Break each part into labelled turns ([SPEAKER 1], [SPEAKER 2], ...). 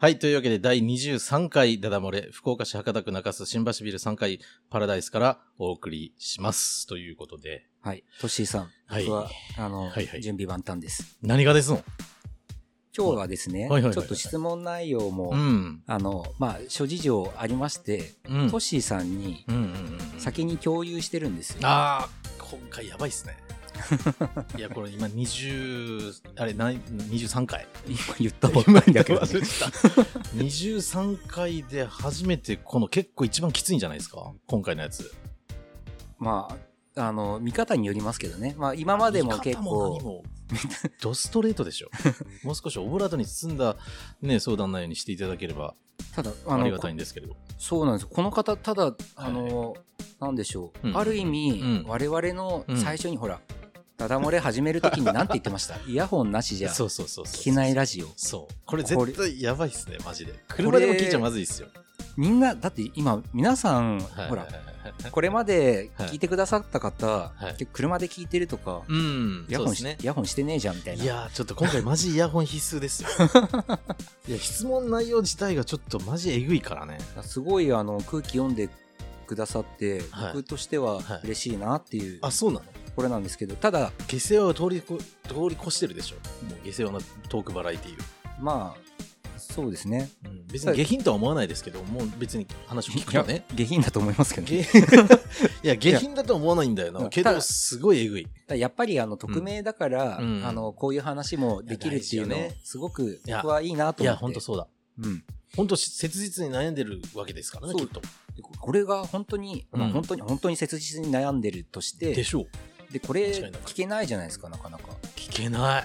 [SPEAKER 1] はい。というわけで、第23回ダダ漏れ、福岡市博多区中洲新橋ビル3階パラダイスからお送りします。ということで、
[SPEAKER 2] はい。トッシーさん。
[SPEAKER 1] はい
[SPEAKER 2] 僕は、あの、
[SPEAKER 1] はいはい
[SPEAKER 2] 準備万端です。
[SPEAKER 1] 何がですの
[SPEAKER 2] 今日はですね、
[SPEAKER 1] はいはいはいはい
[SPEAKER 2] ちょっと質問内容も、
[SPEAKER 1] うん。
[SPEAKER 2] あの、まあ、諸事情ありまして、
[SPEAKER 1] うん。
[SPEAKER 2] トッシーさんに
[SPEAKER 1] うんうんうんうん。
[SPEAKER 2] 先に共有してるんですよ。
[SPEAKER 1] ああ、今回やばいっ すね。いや、これ今20、あれ、何 ?23 回。
[SPEAKER 2] 今言ったばっかりだけど、ね。
[SPEAKER 1] 忘れてた23回で初めてこの結構一番きついんじゃないですか今回のやつ。
[SPEAKER 2] まあ、あの、見方によりますけどね。まあ、今までも結
[SPEAKER 1] 見方
[SPEAKER 2] 構、
[SPEAKER 1] も何もドストレートでし ょ。もう少しオブラートに包んだ、ね、相談内容にしていただければ
[SPEAKER 2] ただ、あ
[SPEAKER 1] あり
[SPEAKER 2] の
[SPEAKER 1] が、たいんですけれど。
[SPEAKER 2] そうなんです。この方、ただ、あの、なんでしょう。
[SPEAKER 1] うん
[SPEAKER 2] ある意味、
[SPEAKER 1] うん
[SPEAKER 2] 我々の最初にほら、ダダ漏れ始めるときに何て言ってました イヤホンなしじゃ
[SPEAKER 1] そ
[SPEAKER 2] 聞
[SPEAKER 1] うそうそうそう。
[SPEAKER 2] けないラジオ。
[SPEAKER 1] そう。これ
[SPEAKER 2] これ
[SPEAKER 1] 絶対やばいっすね、マジで。車でも聞いちゃまずいっすよ。
[SPEAKER 2] みんな、だって今、皆さん、
[SPEAKER 1] はい
[SPEAKER 2] ほら
[SPEAKER 1] はい、はいはい
[SPEAKER 2] これまで聞いてくださった方、
[SPEAKER 1] いはい
[SPEAKER 2] 結構車で聞いてるとか、
[SPEAKER 1] うん、
[SPEAKER 2] イヤ
[SPEAKER 1] そ
[SPEAKER 2] ホ
[SPEAKER 1] う
[SPEAKER 2] ン
[SPEAKER 1] です
[SPEAKER 2] し、
[SPEAKER 1] ね
[SPEAKER 2] イ。ヤホンしてねえじゃんみたいな。
[SPEAKER 1] いやーちょっと今回マジイヤホン必須 ですよいや質問内容自体がちょっとマジえぐいからね
[SPEAKER 2] すごいあの空気読んでくださって、
[SPEAKER 1] はい
[SPEAKER 2] 僕としては
[SPEAKER 1] はい
[SPEAKER 2] 嬉しいなっていう、
[SPEAKER 1] あそうなの
[SPEAKER 2] これなんですけど、ただ、
[SPEAKER 1] 下世話を通りこ通り越してるでしょもう下世話のトークバラエティーを、
[SPEAKER 2] まあ、そうですね。
[SPEAKER 1] うん別に下品とは思わないですけどもう別に話を聞くとね
[SPEAKER 2] いや下品だと思いますけど、
[SPEAKER 1] 下い
[SPEAKER 2] ね、
[SPEAKER 1] や下品だとは思わないんだよ
[SPEAKER 2] い
[SPEAKER 1] な
[SPEAKER 2] や
[SPEAKER 1] け
[SPEAKER 2] た
[SPEAKER 1] ど
[SPEAKER 2] だ
[SPEAKER 1] すごいえぐいい
[SPEAKER 2] ただやっぱりあの匿名だから、
[SPEAKER 1] うん
[SPEAKER 2] あのこういう話もできるっていうの
[SPEAKER 1] いや大事よね
[SPEAKER 2] すごく
[SPEAKER 1] いや
[SPEAKER 2] 僕はいいなと思って。
[SPEAKER 1] やほんとそうだ
[SPEAKER 2] うん
[SPEAKER 1] ほんとし切実に悩んでるわけですからね
[SPEAKER 2] そ
[SPEAKER 1] きっ
[SPEAKER 2] う
[SPEAKER 1] と
[SPEAKER 2] でこれが本当に、まあ
[SPEAKER 1] うん
[SPEAKER 2] 本当に、本当に切実に悩んでるとして、
[SPEAKER 1] でしょう
[SPEAKER 2] でこれ
[SPEAKER 1] 間違いなく
[SPEAKER 2] 聞けないじゃないですかなかなか
[SPEAKER 1] 聞けな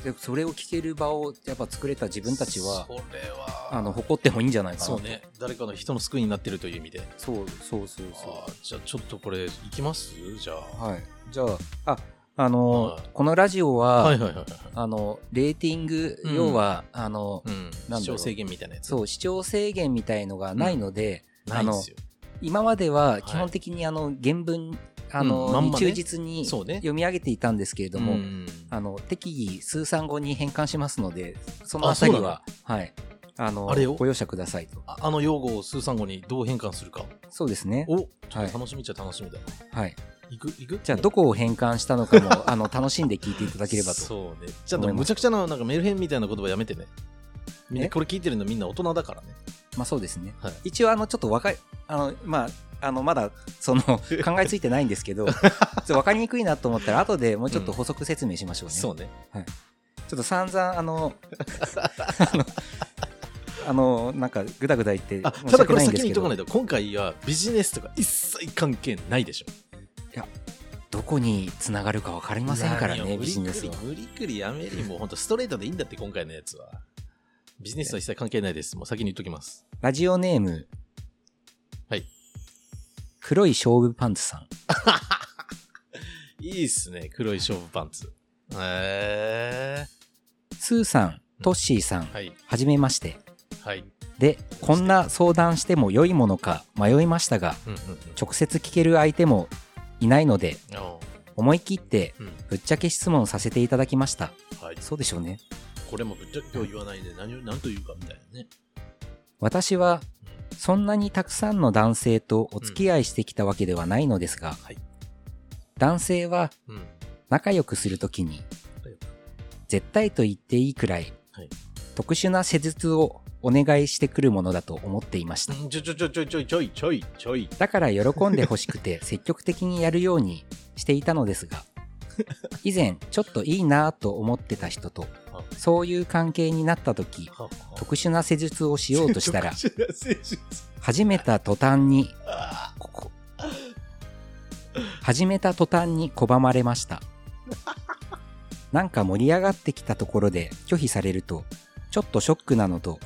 [SPEAKER 1] い
[SPEAKER 2] でそれを聞ける場をやっぱ作れた自分たちは
[SPEAKER 1] それは
[SPEAKER 2] あの誇ってもいいんじゃないかな
[SPEAKER 1] そうね誰かの人の救いになってるという意味で
[SPEAKER 2] そうそうそう
[SPEAKER 1] あ
[SPEAKER 2] そ
[SPEAKER 1] ーじゃあちょっとこれいきますじゃ
[SPEAKER 2] う
[SPEAKER 1] あ
[SPEAKER 2] はいじゃあああの、
[SPEAKER 1] はい
[SPEAKER 2] このラジオは、
[SPEAKER 1] はいはいはいはい
[SPEAKER 2] あのレーティング、
[SPEAKER 1] うん
[SPEAKER 2] 要はあの、
[SPEAKER 1] うん
[SPEAKER 2] ろう
[SPEAKER 1] 視聴制限みたいなやつ
[SPEAKER 2] そう視聴制限みたいのがないので、
[SPEAKER 1] ないんですよ
[SPEAKER 2] 今までは基本的にあの原文あの、
[SPEAKER 1] うんまんまね
[SPEAKER 2] に忠実に
[SPEAKER 1] そうね
[SPEAKER 2] 読み上げていたんですけれども、
[SPEAKER 1] うん
[SPEAKER 2] あの適宜数産語に変換しますのでその
[SPEAKER 1] あ
[SPEAKER 2] あ
[SPEAKER 1] そ
[SPEAKER 2] た
[SPEAKER 1] う
[SPEAKER 2] り
[SPEAKER 1] なの
[SPEAKER 2] ははいあの
[SPEAKER 1] あれよ
[SPEAKER 2] ご容赦くださいと
[SPEAKER 1] ああの用語を数産語にどう変換するか
[SPEAKER 2] そうですね
[SPEAKER 1] おちょ
[SPEAKER 2] は
[SPEAKER 1] っ
[SPEAKER 2] い
[SPEAKER 1] と楽しみっちゃ楽しみだ
[SPEAKER 2] はい
[SPEAKER 1] いくいく
[SPEAKER 2] じゃあどこを変換したのか もあの楽しんで聞いていただければと
[SPEAKER 1] そうねちょっとむちゃくちゃななんかメルヘンみたいな言葉やめてねみんな
[SPEAKER 2] え
[SPEAKER 1] これ聞いてるのみんな大人だからね
[SPEAKER 2] まあそうですね、
[SPEAKER 1] はい
[SPEAKER 2] 一応あのちょっと若いあのまああのまだその 考えついてないんですけどちょっと分かりにくいなと思ったら後でもうちょっと補足説明しましょうね、
[SPEAKER 1] そうね
[SPEAKER 2] ちょっと散々 あのあのあのなんかぐだぐだ言って
[SPEAKER 1] あ
[SPEAKER 2] 申した
[SPEAKER 1] だこ
[SPEAKER 2] 訳
[SPEAKER 1] れ
[SPEAKER 2] ないん
[SPEAKER 1] 先
[SPEAKER 2] です
[SPEAKER 1] に言
[SPEAKER 2] け
[SPEAKER 1] っとか
[SPEAKER 2] ど
[SPEAKER 1] ないと今回はビジネスとか一切関係ないでしょ
[SPEAKER 2] どこに繋がるか分かりませんから
[SPEAKER 1] 何
[SPEAKER 2] ね
[SPEAKER 1] を
[SPEAKER 2] ビジネスは
[SPEAKER 1] 無理くり無理くりやめるもう本当ストレートでいいんだって今回のやつはビジネスは一切関係ないですもう先に言っときます
[SPEAKER 2] ラジオネーム。
[SPEAKER 1] はい。
[SPEAKER 2] 黒い勝負パンツさん。
[SPEAKER 1] いいっすね黒い勝負パンツへえ
[SPEAKER 2] スーさん、トッシーさん、
[SPEAKER 1] ー、はい
[SPEAKER 2] はじめまして。
[SPEAKER 1] はい
[SPEAKER 2] で、こんな相談しても良いものか迷いましたが、
[SPEAKER 1] うんうんうん
[SPEAKER 2] 直接聞ける相手もいないので、
[SPEAKER 1] あ
[SPEAKER 2] 思い切って
[SPEAKER 1] うん
[SPEAKER 2] ぶっちゃけ質問させていただきました。
[SPEAKER 1] ーはい
[SPEAKER 2] そうでしょうね。
[SPEAKER 1] これもぶっちゃけ今日言わないで何を何というかみたいなね
[SPEAKER 2] 私は、そんなにたくさんの男性とお付き合いしてきたわけではないのですが、
[SPEAKER 1] はい
[SPEAKER 2] 男性は
[SPEAKER 1] うん
[SPEAKER 2] 仲良くするとき
[SPEAKER 1] は
[SPEAKER 2] に
[SPEAKER 1] い
[SPEAKER 2] 絶対と言っていいくらい、
[SPEAKER 1] はい
[SPEAKER 2] 特殊な施術をお願いしてくるものだと思っていました、
[SPEAKER 1] うんちょちょちょちょちょちょいちょいちょい
[SPEAKER 2] だから喜んでほし くて積極的にやるようにしていたのですが以前ちょっといいなぁと思ってた人と
[SPEAKER 1] あ
[SPEAKER 2] そういう関係になった時
[SPEAKER 1] はは
[SPEAKER 2] 特殊な施術をしよう としたら
[SPEAKER 1] 特殊な施術
[SPEAKER 2] 始めた途端に
[SPEAKER 1] あ
[SPEAKER 2] ここ始めた途端に拒まれましたなんか盛り上がってきたところで拒否されるとちょっとショックなのと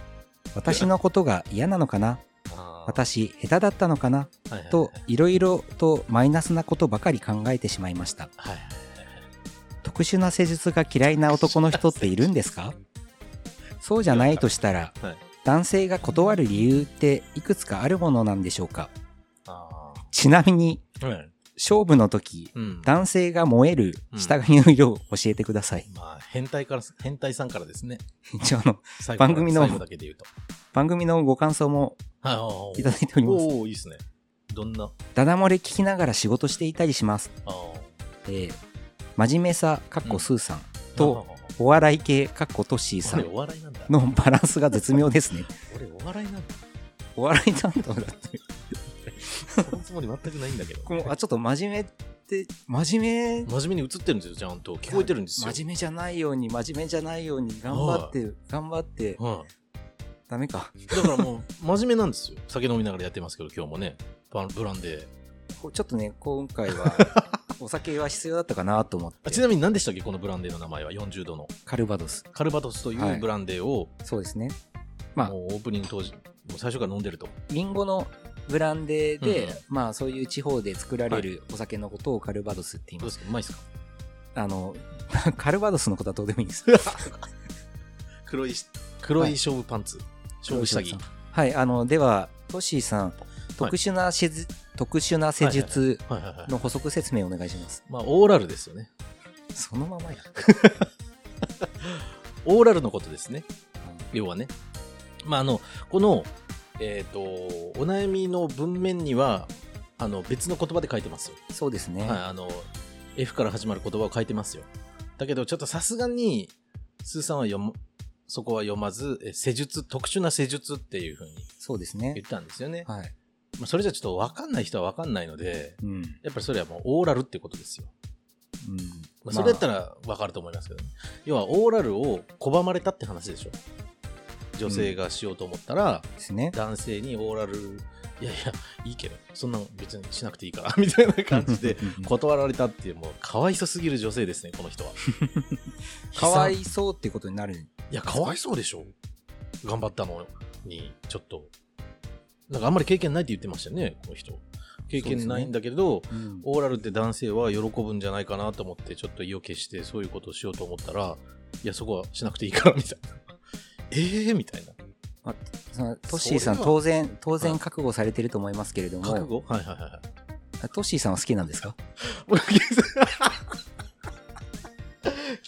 [SPEAKER 2] 私のことが嫌なのかな
[SPEAKER 1] ー
[SPEAKER 2] 私下手だったのかな
[SPEAKER 1] はいはい
[SPEAKER 2] といろいろとマイナスなことばかり考えてしまいました
[SPEAKER 1] はいはい
[SPEAKER 2] 特殊な施術が嫌いな男の人っているんですかそうじゃないとしたら
[SPEAKER 1] はい
[SPEAKER 2] 男性が断る理由っていくつかあるものなんでしょうか
[SPEAKER 1] あ
[SPEAKER 2] ちなみに
[SPEAKER 1] ーはい
[SPEAKER 2] 勝負の時、
[SPEAKER 1] うん。
[SPEAKER 2] 男性が燃える下着の色を教えてください。
[SPEAKER 1] まあ、変態から、変態さんからですね。
[SPEAKER 2] 一応あの、
[SPEAKER 1] 最後から
[SPEAKER 2] 番組の
[SPEAKER 1] 最後だけで言うと。
[SPEAKER 2] 番組のご感想も
[SPEAKER 1] はいはいはい
[SPEAKER 2] ただいております。
[SPEAKER 1] おおいいですね。どんな、
[SPEAKER 2] ダダ漏れ聞きながら仕事していたりします。
[SPEAKER 1] あー
[SPEAKER 2] えー真面目さ、かっこスーさん、
[SPEAKER 1] は
[SPEAKER 2] と、
[SPEAKER 1] いはいはい
[SPEAKER 2] お笑い系、かっこトッシーさ
[SPEAKER 1] 俺
[SPEAKER 2] ん
[SPEAKER 1] お笑いなんだ。
[SPEAKER 2] のバランスが絶妙ですね。
[SPEAKER 1] 俺お笑いなんだ。
[SPEAKER 2] お笑い担当だ って。
[SPEAKER 1] そのつもり全くないんだけど。
[SPEAKER 2] このあ、ちょっと真面目って、真面目、
[SPEAKER 1] 真面目に映ってるんですよ、ちゃんと。聞こえてるんですよ。
[SPEAKER 2] 真面目じゃないように、真面目じゃないように、頑張って、頑張って、
[SPEAKER 1] はい。
[SPEAKER 2] ダメか。
[SPEAKER 1] だからもう、真面目なんですよ。酒飲みながらやってますけど、今日もね。バンブランで。
[SPEAKER 2] こうちょっとね、今回 は、お酒は必要だったかなと思っ
[SPEAKER 1] あち
[SPEAKER 2] て、
[SPEAKER 1] なみに何でしたっけこのブランデーの名前は40度の。
[SPEAKER 2] カルバドス。
[SPEAKER 1] カルバトスとい
[SPEAKER 2] はいう
[SPEAKER 1] ブランデーを、
[SPEAKER 2] そうですね。まあ
[SPEAKER 1] もうオープニング当時、もう最初から飲んでると。
[SPEAKER 2] リンゴのブランデーで、
[SPEAKER 1] うんうん
[SPEAKER 2] まあそういう地方で作られるお酒のことをカルバドスって言い
[SPEAKER 1] どう
[SPEAKER 2] ま。
[SPEAKER 1] ですすかうまいですか
[SPEAKER 2] あの、 カルバドスのことはどうでもいいです。
[SPEAKER 1] 黒い、黒い勝負パンツ。勝負下着。
[SPEAKER 2] はい、あの、では、トッシーさん、特殊な施術、特殊な施術
[SPEAKER 1] はいはいはい。
[SPEAKER 2] の補足説明お願いします。
[SPEAKER 1] まあ、オーラルですよね。
[SPEAKER 2] そのままや。
[SPEAKER 1] オーラルのことですね。要はね。まあ、あの、この、えっ、と、お悩みの文面には、あの、別の言葉で書いてますよ。
[SPEAKER 2] そうですね。
[SPEAKER 1] はい、あの、F から始まる言葉を書いてますよ。だけど、ちょっとさすがに、スーさんは読む、そこは読まず、え施術、特殊な施術っていうふうに
[SPEAKER 2] そうです
[SPEAKER 1] 言
[SPEAKER 2] ね。
[SPEAKER 1] ったんですよね。
[SPEAKER 2] はい。
[SPEAKER 1] まあ、それじゃちょっとわかんない人はわかんないので、
[SPEAKER 2] うん。うん
[SPEAKER 1] やっぱりそれはもうオーラルってことですよ。まあ、それだったらわかると思いますけどね。要は、オーラルを拒まれたって話でしょ。女性がしようと思ったら、
[SPEAKER 2] ですね。
[SPEAKER 1] 男性にオーラル、いやいや、いいけど、そんなの別にしなくていいから、みたいな感じで、
[SPEAKER 2] うんうんうん
[SPEAKER 1] 断られたっていう、もう、かわいそすぎる女性ですね、この人 は。
[SPEAKER 2] かわ
[SPEAKER 1] 悲
[SPEAKER 2] いそうってことになる。
[SPEAKER 1] 惨いや、かわいそうでしょ。頑張ったのに、ちょっと。なんかあんまり経験ないって言ってましたよね、この人。経験ないんだけど、
[SPEAKER 2] うん
[SPEAKER 1] オーラルって男性は喜ぶんじゃないかなと思って、ちょっと意を決して、そういうことをしようと思ったら、いや、そこはしなくていいから、みたいな。 ええー、みたいな。
[SPEAKER 2] そのトッシーさん、
[SPEAKER 1] それは
[SPEAKER 2] 当然、当
[SPEAKER 1] は
[SPEAKER 2] 然
[SPEAKER 1] い
[SPEAKER 2] 覚悟されてると思いますけれど
[SPEAKER 1] 覚
[SPEAKER 2] も、
[SPEAKER 1] 悟はいはいはいはい。
[SPEAKER 2] トッシーさんは好きなんですか
[SPEAKER 1] 僕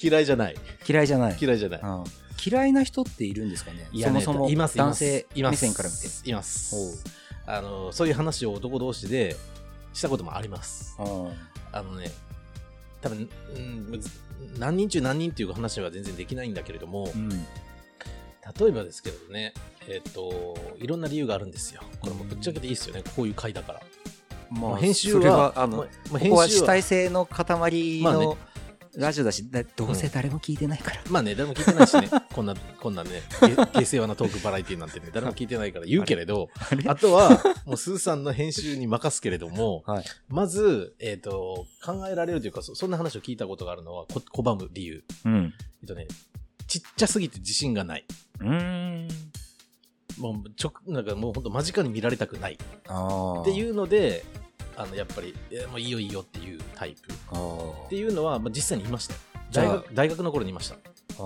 [SPEAKER 1] 嫌いじゃない。
[SPEAKER 2] 嫌いじゃない。
[SPEAKER 1] 嫌いじゃない。
[SPEAKER 2] うん嫌いな人っているんですかね
[SPEAKER 1] いや
[SPEAKER 2] そ
[SPEAKER 1] ね
[SPEAKER 2] もそも
[SPEAKER 1] いますいま
[SPEAKER 2] 男
[SPEAKER 1] す
[SPEAKER 2] 性
[SPEAKER 1] います
[SPEAKER 2] 目線から見て。
[SPEAKER 1] いま
[SPEAKER 2] おう
[SPEAKER 1] す。あの、そういう話を男同士でしたこともあります。
[SPEAKER 2] うん
[SPEAKER 1] あのね、多分、うん、むず何人中何人っていう話は全然できないんだけれども、
[SPEAKER 2] うん
[SPEAKER 1] 例えばですけどね、えっ、と、いろんな理由があるんですよ。これもぶっちゃけていいですよね。こういう回だから。
[SPEAKER 2] ま
[SPEAKER 1] ま
[SPEAKER 2] あ、
[SPEAKER 1] あ編集
[SPEAKER 2] それ
[SPEAKER 1] は
[SPEAKER 2] は、あの
[SPEAKER 1] まあまあ
[SPEAKER 2] ここは
[SPEAKER 1] 編集
[SPEAKER 2] 主体性の塊
[SPEAKER 1] まあ
[SPEAKER 2] の
[SPEAKER 1] ね
[SPEAKER 2] ラジオだし、だどうせ誰も聞いてないから。
[SPEAKER 1] まあね、誰も聞いてないしね、こんな、こんなね、げ下 世話なトークバラエティなんてね、誰も聞いてないから言うけれど、
[SPEAKER 2] あれ
[SPEAKER 1] あとは、もうスーさんの編集に任すけれども、
[SPEAKER 2] はい
[SPEAKER 1] まず、えっ、と、考えられるというか、そそんな話を聞いたことがあるのは、こ拒む理由。
[SPEAKER 2] うん。
[SPEAKER 1] えっとね、ちっちゃすぎて自信がない。
[SPEAKER 2] うん。
[SPEAKER 1] もう、ちょ、なんかもう本当間近に見られたくない。っ
[SPEAKER 2] ああ。
[SPEAKER 1] て
[SPEAKER 2] う。
[SPEAKER 1] いうので、あの、やっぱり、えもういいよいいよっていうタイプ。っ
[SPEAKER 2] あー
[SPEAKER 1] ていうのは、まあ、実際にいましたよ。
[SPEAKER 2] じゃあ
[SPEAKER 1] 大学、大学の頃にいました。
[SPEAKER 2] あ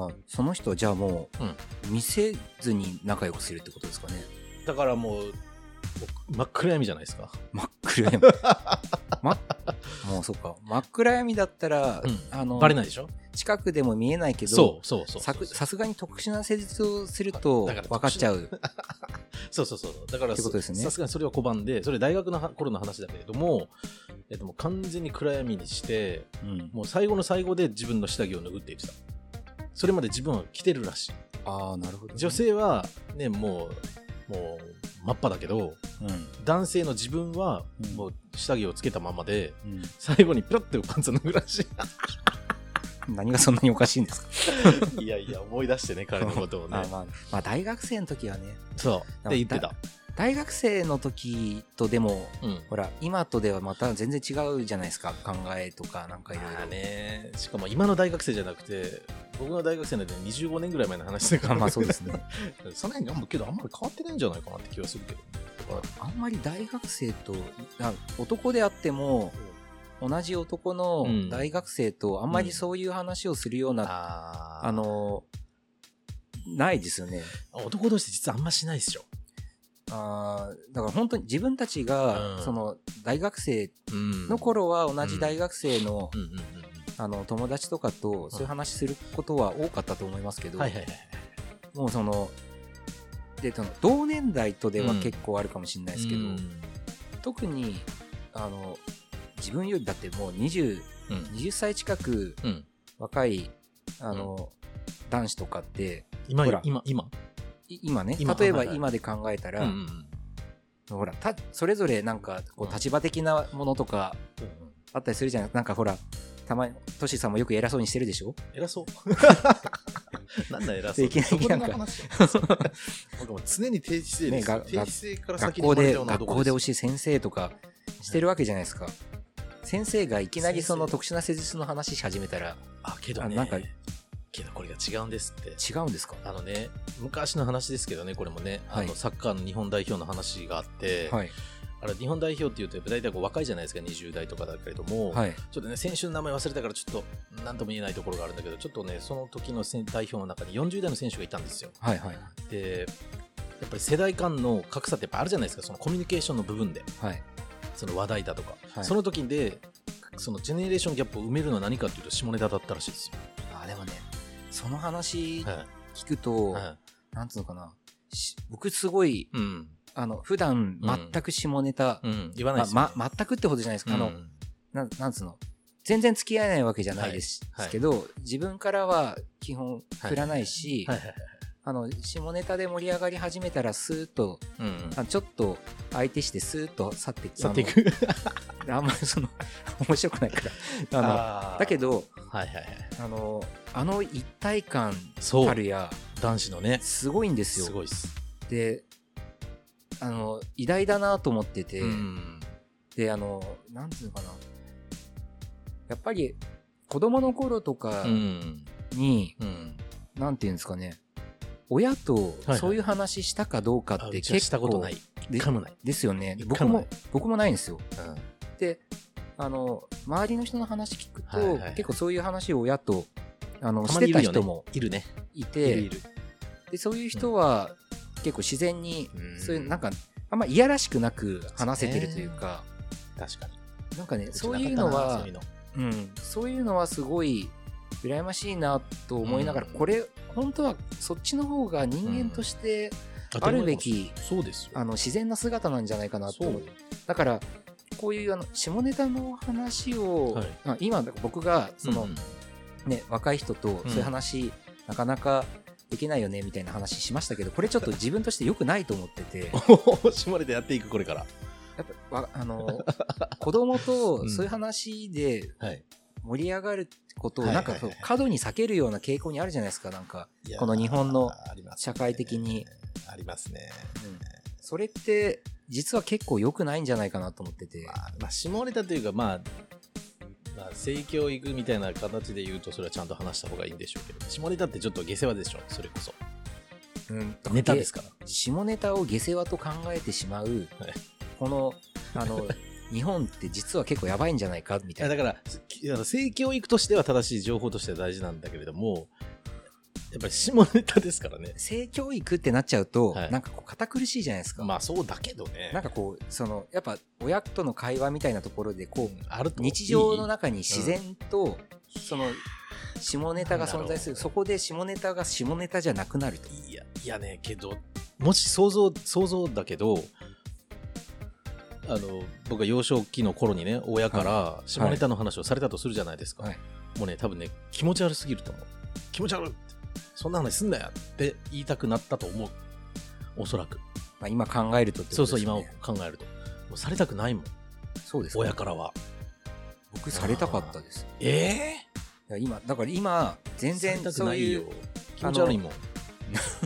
[SPEAKER 2] ー。その人はじゃあもう、
[SPEAKER 1] うん
[SPEAKER 2] 見せずに仲良くするってことですか ね。
[SPEAKER 1] だからもう、もう真っ暗闇じゃないですか。
[SPEAKER 2] 真っ暗闇。ま、もうそっか。真っ暗闇だったら、
[SPEAKER 1] うん
[SPEAKER 2] あの
[SPEAKER 1] バレないでしょ
[SPEAKER 2] 近くでも見えないけど、
[SPEAKER 1] そうそうそう
[SPEAKER 2] さ
[SPEAKER 1] そ
[SPEAKER 2] く
[SPEAKER 1] う
[SPEAKER 2] さすがに特殊な施術をすると
[SPEAKER 1] だから
[SPEAKER 2] 分かっちゃう。
[SPEAKER 1] そうそうそうだから
[SPEAKER 2] ってことですね
[SPEAKER 1] さすがにそれは拒んでそれ大学のは頃の話だけれども、えっと、もう完全に暗闇にして
[SPEAKER 2] うん
[SPEAKER 1] もう最後の最後で自分の下着を脱ぐって言ってたそれまで自分は着てるらしい
[SPEAKER 2] ああ、なるほどね、
[SPEAKER 1] 女性はねもうもう真っ裸だけど
[SPEAKER 2] うん、
[SPEAKER 1] 男性の自分は
[SPEAKER 2] うん
[SPEAKER 1] もう下着をつけたままで
[SPEAKER 2] うん
[SPEAKER 1] 最後にピロってパンツを脱ぐらし
[SPEAKER 2] 何がそんなにおかしいんですか
[SPEAKER 1] いいやいや思い出してね彼のことを ね
[SPEAKER 2] あまあ、まあ、大学生の時はね、
[SPEAKER 1] そうって言ってた、
[SPEAKER 2] 大学生の時とでも、
[SPEAKER 1] うん、
[SPEAKER 2] ほら、今とではまた全然違うじゃないですか、考えとかなんかいろい
[SPEAKER 1] まあ
[SPEAKER 2] ろ。
[SPEAKER 1] ね、しかも今の大学生じゃなくて、僕の大学生なんて25年ぐらい前の話だか
[SPEAKER 2] あ
[SPEAKER 1] ら、
[SPEAKER 2] まあそうですね。
[SPEAKER 1] その辺があんまけど、あんまり変わってないんじゃないかなって気はするけどね。だから
[SPEAKER 2] あんまり大学生と、あ男であっても、同じ男の
[SPEAKER 1] うん
[SPEAKER 2] 大学生とあんまりそういう話をするような、
[SPEAKER 1] あー
[SPEAKER 2] あの、ないですよね。
[SPEAKER 1] 男同士って実はあんましないでしょ。
[SPEAKER 2] あーだから本当に自分たちが、
[SPEAKER 1] うん
[SPEAKER 2] その大学生
[SPEAKER 1] うん
[SPEAKER 2] の頃は同じ大学生の,、
[SPEAKER 1] うんうんうん
[SPEAKER 2] あの友達とかとそういう話することは多かったと思いますけ
[SPEAKER 1] う
[SPEAKER 2] ど、
[SPEAKER 1] んはいはいはい
[SPEAKER 2] もうそのでその同年代とでは
[SPEAKER 1] うん
[SPEAKER 2] 結構あるかもしれないですけど、特にあの自分よりだってもう 20,
[SPEAKER 1] うん
[SPEAKER 2] 20歳近く
[SPEAKER 1] うん
[SPEAKER 2] 若いあの、男子とかって
[SPEAKER 1] 今
[SPEAKER 2] ほら
[SPEAKER 1] 今今
[SPEAKER 2] い今ね
[SPEAKER 1] 今
[SPEAKER 2] 例えば
[SPEAKER 1] はいはい
[SPEAKER 2] 今で考えたら、
[SPEAKER 1] うんうんうん
[SPEAKER 2] ほらたそれぞれなんかこ
[SPEAKER 1] う
[SPEAKER 2] うん立場的なものとかあったりするじゃないなんかほらたまにトシさんもよく偉そうにしてるでしょ
[SPEAKER 1] 偉そうなんだ偉そう
[SPEAKER 2] できない
[SPEAKER 1] そこで
[SPEAKER 2] なんか
[SPEAKER 1] 話すの僕も常に定時制です
[SPEAKER 2] ねが
[SPEAKER 1] よ
[SPEAKER 2] が
[SPEAKER 1] 定時制から
[SPEAKER 2] 学
[SPEAKER 1] 先に生
[SPEAKER 2] 校
[SPEAKER 1] まれ
[SPEAKER 2] で
[SPEAKER 1] たような
[SPEAKER 2] 学校
[SPEAKER 1] 男
[SPEAKER 2] です教え先生とかしてるわけじゃないですか先生がいきなりその特殊な施術の話し始めたら
[SPEAKER 1] あけど
[SPEAKER 2] あ
[SPEAKER 1] ね
[SPEAKER 2] なんか
[SPEAKER 1] けどこれが違うんですって
[SPEAKER 2] 違うんですか
[SPEAKER 1] あのね昔の話ですけどねこれもね、
[SPEAKER 2] はい
[SPEAKER 1] あのサッカーの日本代表の話があって、
[SPEAKER 2] はい
[SPEAKER 1] あれ日本代表っていうとやっぱ大体こう若いじゃないですか20代とかだけれども、
[SPEAKER 2] はい
[SPEAKER 1] ちょっとね選手の名前忘れたからちょっと何とも言えないところがあるんだけどちょっとねその時の選代表の中に40代の選手がいたんですよ
[SPEAKER 2] はいはい
[SPEAKER 1] でやっぱり世代間の格差ってやっぱあるじゃないですかそのコミュニケーションの部分で
[SPEAKER 2] はい
[SPEAKER 1] その話題だとか、
[SPEAKER 2] はい
[SPEAKER 1] その時でそのジェネレーションギャップを埋めるのは何かっていうと下ネタだったらしいです
[SPEAKER 2] あでもねその話
[SPEAKER 1] よ、はい
[SPEAKER 2] 聞くと、
[SPEAKER 1] はい
[SPEAKER 2] なんつうのかなし僕すごい
[SPEAKER 1] うん
[SPEAKER 2] あの普段
[SPEAKER 1] うん
[SPEAKER 2] 全く下ネタ、
[SPEAKER 1] うん、言わないですよ、
[SPEAKER 2] まま、全くってほどじゃないですか、あ
[SPEAKER 1] う
[SPEAKER 2] の
[SPEAKER 1] ん
[SPEAKER 2] なんなんつうの全然付き合えないわけじゃないです,、
[SPEAKER 1] はいはい
[SPEAKER 2] けど自分からは基本振らないし、
[SPEAKER 1] はいはいはい
[SPEAKER 2] あの下ネタで盛り上がり始めたらスーッと
[SPEAKER 1] うんうん
[SPEAKER 2] あちょっと相手してスーッと去って
[SPEAKER 1] 去っていく
[SPEAKER 2] あのあんまりその 面白くないからあの
[SPEAKER 1] あー
[SPEAKER 2] だけど
[SPEAKER 1] はいはいはい
[SPEAKER 2] あのあの一体感
[SPEAKER 1] そう
[SPEAKER 2] たるや
[SPEAKER 1] 男子のね
[SPEAKER 2] すごいんですよ
[SPEAKER 1] すごいっす、
[SPEAKER 2] であの偉大だなと思ってて、
[SPEAKER 1] うん
[SPEAKER 2] であのなんていうのかなやっぱり子供の頃とか
[SPEAKER 1] うん
[SPEAKER 2] に、
[SPEAKER 1] うん
[SPEAKER 2] なんていうんですかね親と
[SPEAKER 1] はい
[SPEAKER 2] そういう話したかどうか
[SPEAKER 1] あ
[SPEAKER 2] って
[SPEAKER 1] う
[SPEAKER 2] 結
[SPEAKER 1] ち
[SPEAKER 2] 構
[SPEAKER 1] はしたことない
[SPEAKER 2] で
[SPEAKER 1] 一回もない
[SPEAKER 2] ですよね
[SPEAKER 1] 一
[SPEAKER 2] 僕
[SPEAKER 1] 回も
[SPEAKER 2] も
[SPEAKER 1] ない
[SPEAKER 2] 僕もないんですよ
[SPEAKER 1] うん
[SPEAKER 2] であの周りの人の話聞くと、
[SPEAKER 1] はいはいはい
[SPEAKER 2] 結構そういう話を親とあの
[SPEAKER 1] た
[SPEAKER 2] し
[SPEAKER 1] ま
[SPEAKER 2] て
[SPEAKER 1] にい
[SPEAKER 2] た
[SPEAKER 1] るよね
[SPEAKER 2] 人も
[SPEAKER 1] いるね
[SPEAKER 2] い
[SPEAKER 1] い
[SPEAKER 2] て
[SPEAKER 1] るいる
[SPEAKER 2] でそういう人は結構自然に、
[SPEAKER 1] うん
[SPEAKER 2] そういうなんかあんまいやらしくなく話せてるというか、
[SPEAKER 1] 確かに
[SPEAKER 2] なんかね
[SPEAKER 1] ち
[SPEAKER 2] そういうの
[SPEAKER 1] なかったなそう
[SPEAKER 2] は
[SPEAKER 1] いうの
[SPEAKER 2] うん、そういうのはすごい羨ましいなと思いながら、
[SPEAKER 1] うん
[SPEAKER 2] これ本当はそっちの方が人間としてあるべき、
[SPEAKER 1] そうですよ
[SPEAKER 2] あの自然な姿なんじゃないかなと
[SPEAKER 1] そ
[SPEAKER 2] 思
[SPEAKER 1] う
[SPEAKER 2] うだからこういうあの下ネタの話を、
[SPEAKER 1] はい
[SPEAKER 2] あ今僕がそ の、
[SPEAKER 1] うん
[SPEAKER 2] ね、若い人とそういう話、なかなかできないよねみたいな話しましたけどこれちょっと自分として良くないと思って て
[SPEAKER 1] 締まれてやっていくこれから
[SPEAKER 2] やっぱわあの子供とそういう話で
[SPEAKER 1] はい
[SPEAKER 2] 盛り上がることを
[SPEAKER 1] はい
[SPEAKER 2] な
[SPEAKER 1] はい
[SPEAKER 2] ん
[SPEAKER 1] はい
[SPEAKER 2] かそう過度に避けるような傾向にあるじゃないですかなんか、
[SPEAKER 1] いやー
[SPEAKER 2] この日本の
[SPEAKER 1] ありますね
[SPEAKER 2] 社会的に
[SPEAKER 1] ありますね
[SPEAKER 2] うんそれって実は結構良くないんじゃないかなと思ってて
[SPEAKER 1] ま、あ、まあ、下ネタというかまあまあ、性教育みたいな形で言うとそれはちゃんと話した方がいいんでしょうけど下ネタってちょっと下世話でしょそれこそ
[SPEAKER 2] うん
[SPEAKER 1] ネタですから
[SPEAKER 2] で下ネタを下世話と考えてしまう
[SPEAKER 1] はい
[SPEAKER 2] このあの日本って実は結構やばいんじゃないかみ
[SPEAKER 1] い
[SPEAKER 2] た
[SPEAKER 1] や
[SPEAKER 2] いな
[SPEAKER 1] だからきあの性教育としては正しい情報としては大事なんだけれどもやっぱり下ネタですからね
[SPEAKER 2] 性教育ってなっちゃうと、
[SPEAKER 1] はい
[SPEAKER 2] なんかこう堅苦しいじゃないですか、
[SPEAKER 1] まあそうだけどね
[SPEAKER 2] なんかこうそのやっぱ親との会話みたいなところでこう
[SPEAKER 1] うんあると
[SPEAKER 2] 日常の
[SPEAKER 1] いい
[SPEAKER 2] 中に自然とその下ネタが存在す
[SPEAKER 1] なんだろ
[SPEAKER 2] る
[SPEAKER 1] う
[SPEAKER 2] そこで下ネタが下ネタじゃなくなると
[SPEAKER 1] いやいやねけどもし想像想像だけどあの僕が幼少期の頃にね親から下ネタの話をされたとするじゃないですか、
[SPEAKER 2] はい
[SPEAKER 1] もうね多分ね気持ち悪すぎると思う気持ち悪いってそんな話すんなよって言いたくなったと思うおそらく、
[SPEAKER 2] まあ、今考えるとって
[SPEAKER 1] そ
[SPEAKER 2] こ
[SPEAKER 1] う
[SPEAKER 2] と
[SPEAKER 1] そう
[SPEAKER 2] です
[SPEAKER 1] 今を
[SPEAKER 2] ね
[SPEAKER 1] 考えるともうされたくないもん
[SPEAKER 2] そうですね
[SPEAKER 1] 親からは
[SPEAKER 2] 僕されたかったです
[SPEAKER 1] え
[SPEAKER 2] いや今だから今全然そういう
[SPEAKER 1] 気持ち悪いもん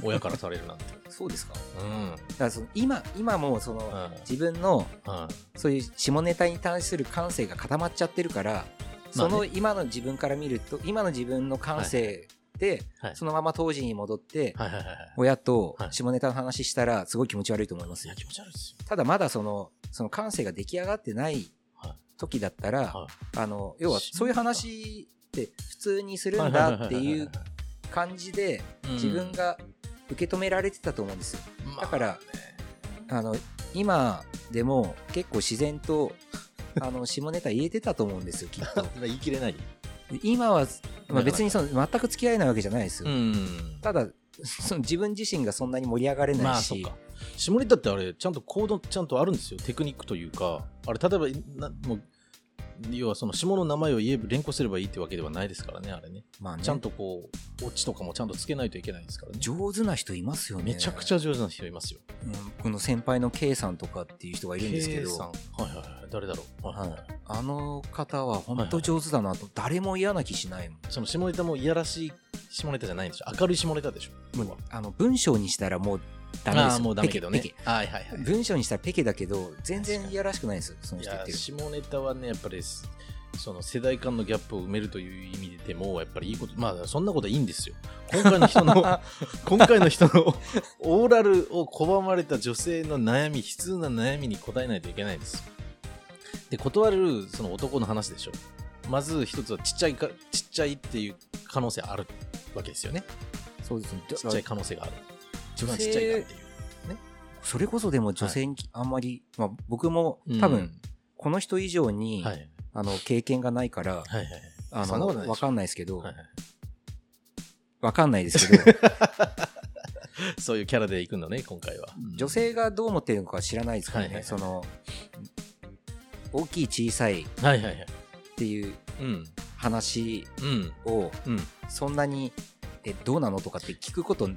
[SPEAKER 1] 親からされ るなんて
[SPEAKER 2] そうですかだ
[SPEAKER 1] うん
[SPEAKER 2] からその今今もうその
[SPEAKER 1] うん
[SPEAKER 2] 自分の
[SPEAKER 1] うん
[SPEAKER 2] そういう下ネタに対する感性が固まっちゃってるからその今の自分から見ると今の自分の感性で
[SPEAKER 1] はい
[SPEAKER 2] そのまま当時に戻って
[SPEAKER 1] はいはいはいはい
[SPEAKER 2] 親と
[SPEAKER 1] はい
[SPEAKER 2] 下ネタの話したらすごい気持ち悪いと思います
[SPEAKER 1] い
[SPEAKER 2] よ
[SPEAKER 1] や気持ち悪いですよ
[SPEAKER 2] ただまだそのその感性が出来上がってない
[SPEAKER 1] はい
[SPEAKER 2] 時だったら、
[SPEAKER 1] は
[SPEAKER 2] あの要は
[SPEAKER 1] 下ネタ
[SPEAKER 2] そういう話って普通にするんだっていう感じで自分が受け止められてたと思うんですよ
[SPEAKER 1] うん
[SPEAKER 2] だから
[SPEAKER 1] まあね
[SPEAKER 2] あの、今でも結構自然と、あの、下ネタ言えてたと思うんですよ、きっと。
[SPEAKER 1] 言い切れない。
[SPEAKER 2] 今は、まあ、別にその全く付き合えないわけじゃないですよ。
[SPEAKER 1] ん。
[SPEAKER 2] ただ、その自分自身がそんなに盛り上がれ
[SPEAKER 1] ま
[SPEAKER 2] ない
[SPEAKER 1] あ、そっ
[SPEAKER 2] し、
[SPEAKER 1] か。下ネタってあれ、ちゃんと行動、ちゃんとあるんですよ。テクニックというか、あれ、例えば、なもう、要はその下の名前を言えば、連呼すればいいってわけではないですからね、あれね。
[SPEAKER 2] まあね、
[SPEAKER 1] ちゃんとこう、オチとかもちゃんとつけないといけないですからね。
[SPEAKER 2] 上手な人いますよね。
[SPEAKER 1] めちゃくちゃ上手な人いますよ。
[SPEAKER 2] うん、この先輩の K さんとかっていう人がいるんですけ
[SPEAKER 1] K さん
[SPEAKER 2] ど、
[SPEAKER 1] はいはいはい。誰だろう。はいはいはい
[SPEAKER 2] あの方は本当上手だなと、誰も嫌な気しないもん。
[SPEAKER 1] その下ネタもいやらしい下ネタじゃないんでしょ明るい下ネタでしょもう
[SPEAKER 2] あの文章にしたらもうダメです
[SPEAKER 1] ああ
[SPEAKER 2] よ
[SPEAKER 1] もうダメけどね
[SPEAKER 2] ペケペ
[SPEAKER 1] はいはい
[SPEAKER 2] ケ
[SPEAKER 1] は
[SPEAKER 2] 文章にしたらペケだけど、全然いやらしくないですよ、その
[SPEAKER 1] いい
[SPEAKER 2] 人言っ
[SPEAKER 1] や
[SPEAKER 2] てる。
[SPEAKER 1] 下ネタはねやっぱりすその世代間のギャップを埋めるという意味でもやっぱりいいことまあそんなことはいいんですよ今回の人 の今回の人のオーラルを拒まれた女性の悩み悲痛な悩みに答えないといけないんですよで断れるその男の話でしょまず一つはちっちゃいかちっちゃいっていう可能性あるわけですよね
[SPEAKER 2] そうですね。
[SPEAKER 1] ちっちゃい可能性がある自分はちっちゃいなっていう
[SPEAKER 2] それこそでも女性にあんまり、まあ僕も多分、この人以上
[SPEAKER 1] うん
[SPEAKER 2] に、
[SPEAKER 1] はいはい
[SPEAKER 2] あの経験がないから、
[SPEAKER 1] はいはい
[SPEAKER 2] あ
[SPEAKER 1] そんな
[SPEAKER 2] の
[SPEAKER 1] ことないでしょ
[SPEAKER 2] わかんないですけど、
[SPEAKER 1] はいは
[SPEAKER 2] わかんないですけど、
[SPEAKER 1] いそういうキャラでいくのね今回は
[SPEAKER 2] 女性がどう思ってるのか知らないですからね、
[SPEAKER 1] はいはいはい
[SPEAKER 2] その大きい小さいっ
[SPEAKER 1] はいはいはい
[SPEAKER 2] ていう
[SPEAKER 1] うん
[SPEAKER 2] 話
[SPEAKER 1] うん
[SPEAKER 2] を
[SPEAKER 1] うん
[SPEAKER 2] そんなにえどうなのとかって聞くこと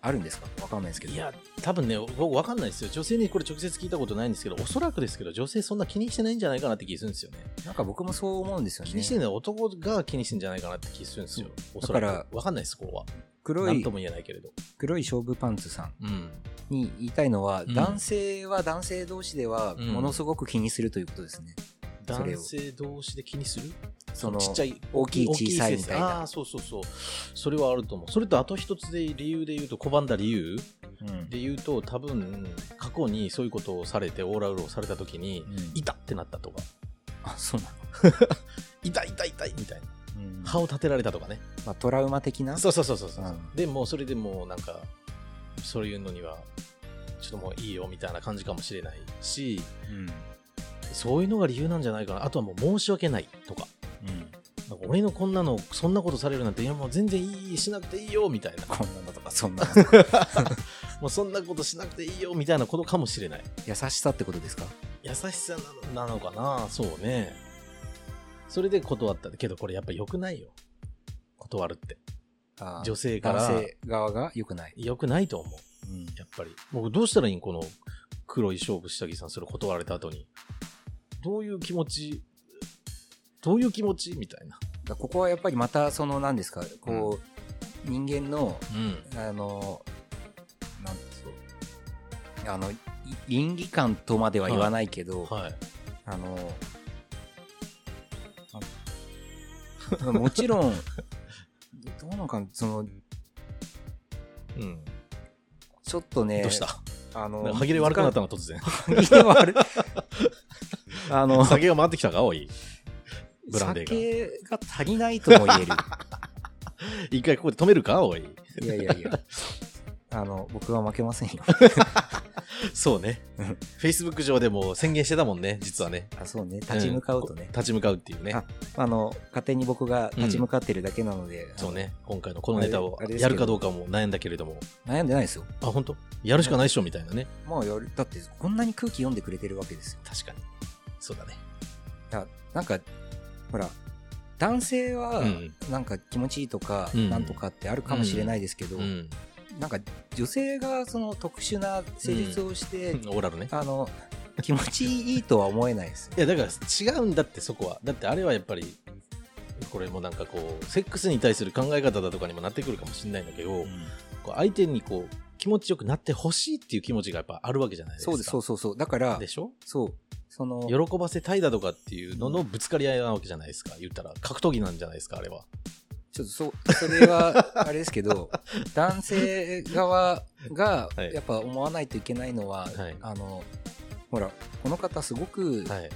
[SPEAKER 2] あるんですかわかんないですけど
[SPEAKER 1] いや多分ね僕分かんないですよ女性にこれ直接聞いたことないんですけどおそらくですけど女性そんな気にしてないんじゃないかなって気するんですよね
[SPEAKER 2] なんか僕もそう思うんですよ
[SPEAKER 1] 気にしてる
[SPEAKER 2] ね
[SPEAKER 1] のは男が気にしてんじゃないかなって気するんですよおそら
[SPEAKER 2] だから
[SPEAKER 1] く分かんないですここは
[SPEAKER 2] 黒
[SPEAKER 1] 何
[SPEAKER 2] い
[SPEAKER 1] とも言えないけれど
[SPEAKER 2] 黒い勝負パンツさん
[SPEAKER 1] うん
[SPEAKER 2] に言いたいのは、
[SPEAKER 1] うん
[SPEAKER 2] 男性は男性同士では
[SPEAKER 1] うん
[SPEAKER 2] ものすごく気にするということですね、それを
[SPEAKER 1] 男性同士で気にする
[SPEAKER 2] その
[SPEAKER 1] ちっちゃい
[SPEAKER 2] 大きい小さいみたい
[SPEAKER 1] ああ
[SPEAKER 2] な
[SPEAKER 1] ー、そうそうそう。それはあると思う。それとあと一つで理由で言うと、拒んだ理由
[SPEAKER 2] うん
[SPEAKER 1] で言うと、多分、過去にそういうことをされて、オーラウロをされた時に、
[SPEAKER 2] うん
[SPEAKER 1] 痛ってなったとか、
[SPEAKER 2] あそうな
[SPEAKER 1] 痛い痛い痛いみたいな。
[SPEAKER 2] の、うん
[SPEAKER 1] 歯を立てられたとかね。
[SPEAKER 2] まあ、トラウマ的な
[SPEAKER 1] そうそうそうそうそう。
[SPEAKER 2] うん
[SPEAKER 1] でも、それでもうなんか、そういうのには、ちょっともういいよみたいな感じかもしれないし、
[SPEAKER 2] うん
[SPEAKER 1] そういうのが理由なんじゃないかな。あとはもう申し訳ないとか。
[SPEAKER 2] うん
[SPEAKER 1] なんか俺のこんなの、そんなことされるなんて、いやもう全然いい、しなくていいよみたいな。
[SPEAKER 2] こんなのとかそんなの
[SPEAKER 1] もうそんなことしなくていいよみたいなことかもしれない
[SPEAKER 2] 優しさってことですか
[SPEAKER 1] 優しさなのなのかなそうねそれで断ったけどこれやっぱ良くないよ断るって
[SPEAKER 2] あー
[SPEAKER 1] 女性から
[SPEAKER 2] 男性側が良くない、
[SPEAKER 1] 良くないと思うやっぱり僕どうしたらいいんこの黒い勝負下着さんそれ断られた後にどういう気持ちどういう気持ちみたいな
[SPEAKER 2] だここはやっぱりまたその何ですかこう、人間の
[SPEAKER 1] うん
[SPEAKER 2] あのなんていうのあのい倫理観とまでは言わないけど、
[SPEAKER 1] はい
[SPEAKER 2] あのあ もちろんどうなのかなその
[SPEAKER 1] うん、
[SPEAKER 2] ちょっとね
[SPEAKER 1] どうした
[SPEAKER 2] あの
[SPEAKER 1] なんか歯切れ悪くなったの突然
[SPEAKER 2] 歯切 れ悪いあの
[SPEAKER 1] 酒が回ってきたかおいブランデーが
[SPEAKER 2] 酒が足りないとも言える
[SPEAKER 1] 一回ここで止めるかおい
[SPEAKER 2] いやいやいや。あの、僕は負けませ んよ。
[SPEAKER 1] そうね
[SPEAKER 2] うん。
[SPEAKER 1] Facebook 上でも宣言してたもんね、実はね。
[SPEAKER 2] あそうね、立ち向かうと
[SPEAKER 1] ん
[SPEAKER 2] ね。
[SPEAKER 1] 立ち向かうっていうね
[SPEAKER 2] あ。あの、勝手に僕が立ち向かってるだけなので、
[SPEAKER 1] そうね。今回のこのネタを
[SPEAKER 2] あれあれですけど
[SPEAKER 1] やるかどうかも悩んだけれども。
[SPEAKER 2] 悩んでないですよ。
[SPEAKER 1] あ、本当？やるしかないっしょみたいなね。
[SPEAKER 2] まあやる、だってこんなに空気読んでくれてるわけですよ。
[SPEAKER 1] 確かに。そうだね。
[SPEAKER 2] だなんか、ほら、男性は
[SPEAKER 1] うん
[SPEAKER 2] なんか気持ちいいとか、
[SPEAKER 1] うん
[SPEAKER 2] なんとかってあるかもしれないですけど、
[SPEAKER 1] うん。
[SPEAKER 2] なんか女性がその特殊な施術をして、
[SPEAKER 1] オーラルね。
[SPEAKER 2] あの、気持ちいいとは思えないですよ。
[SPEAKER 1] いや、だから違うんだって、そこは。だってあれはやっぱり、これもなんかこう、セックスに対する考え方だとかにもなってくるかもしれないんだけど、こう相手にこう、気持ちよくなってほしいっていう気持ちがやっぱあるわけじゃないですか。
[SPEAKER 2] そうです、そうそうそう。だから
[SPEAKER 1] で、しょ
[SPEAKER 2] そう、その、
[SPEAKER 1] 喜ばせたいだとかっていうののぶつかり合いなわけじゃないですか言ったら格闘技なんじゃないですかあれは
[SPEAKER 2] ちょっとそう、そ れは、あれですけど、男性側が
[SPEAKER 1] はい
[SPEAKER 2] やっぱ思わないといけないのは、
[SPEAKER 1] はい
[SPEAKER 2] あの、ほら、この方すごく、
[SPEAKER 1] はい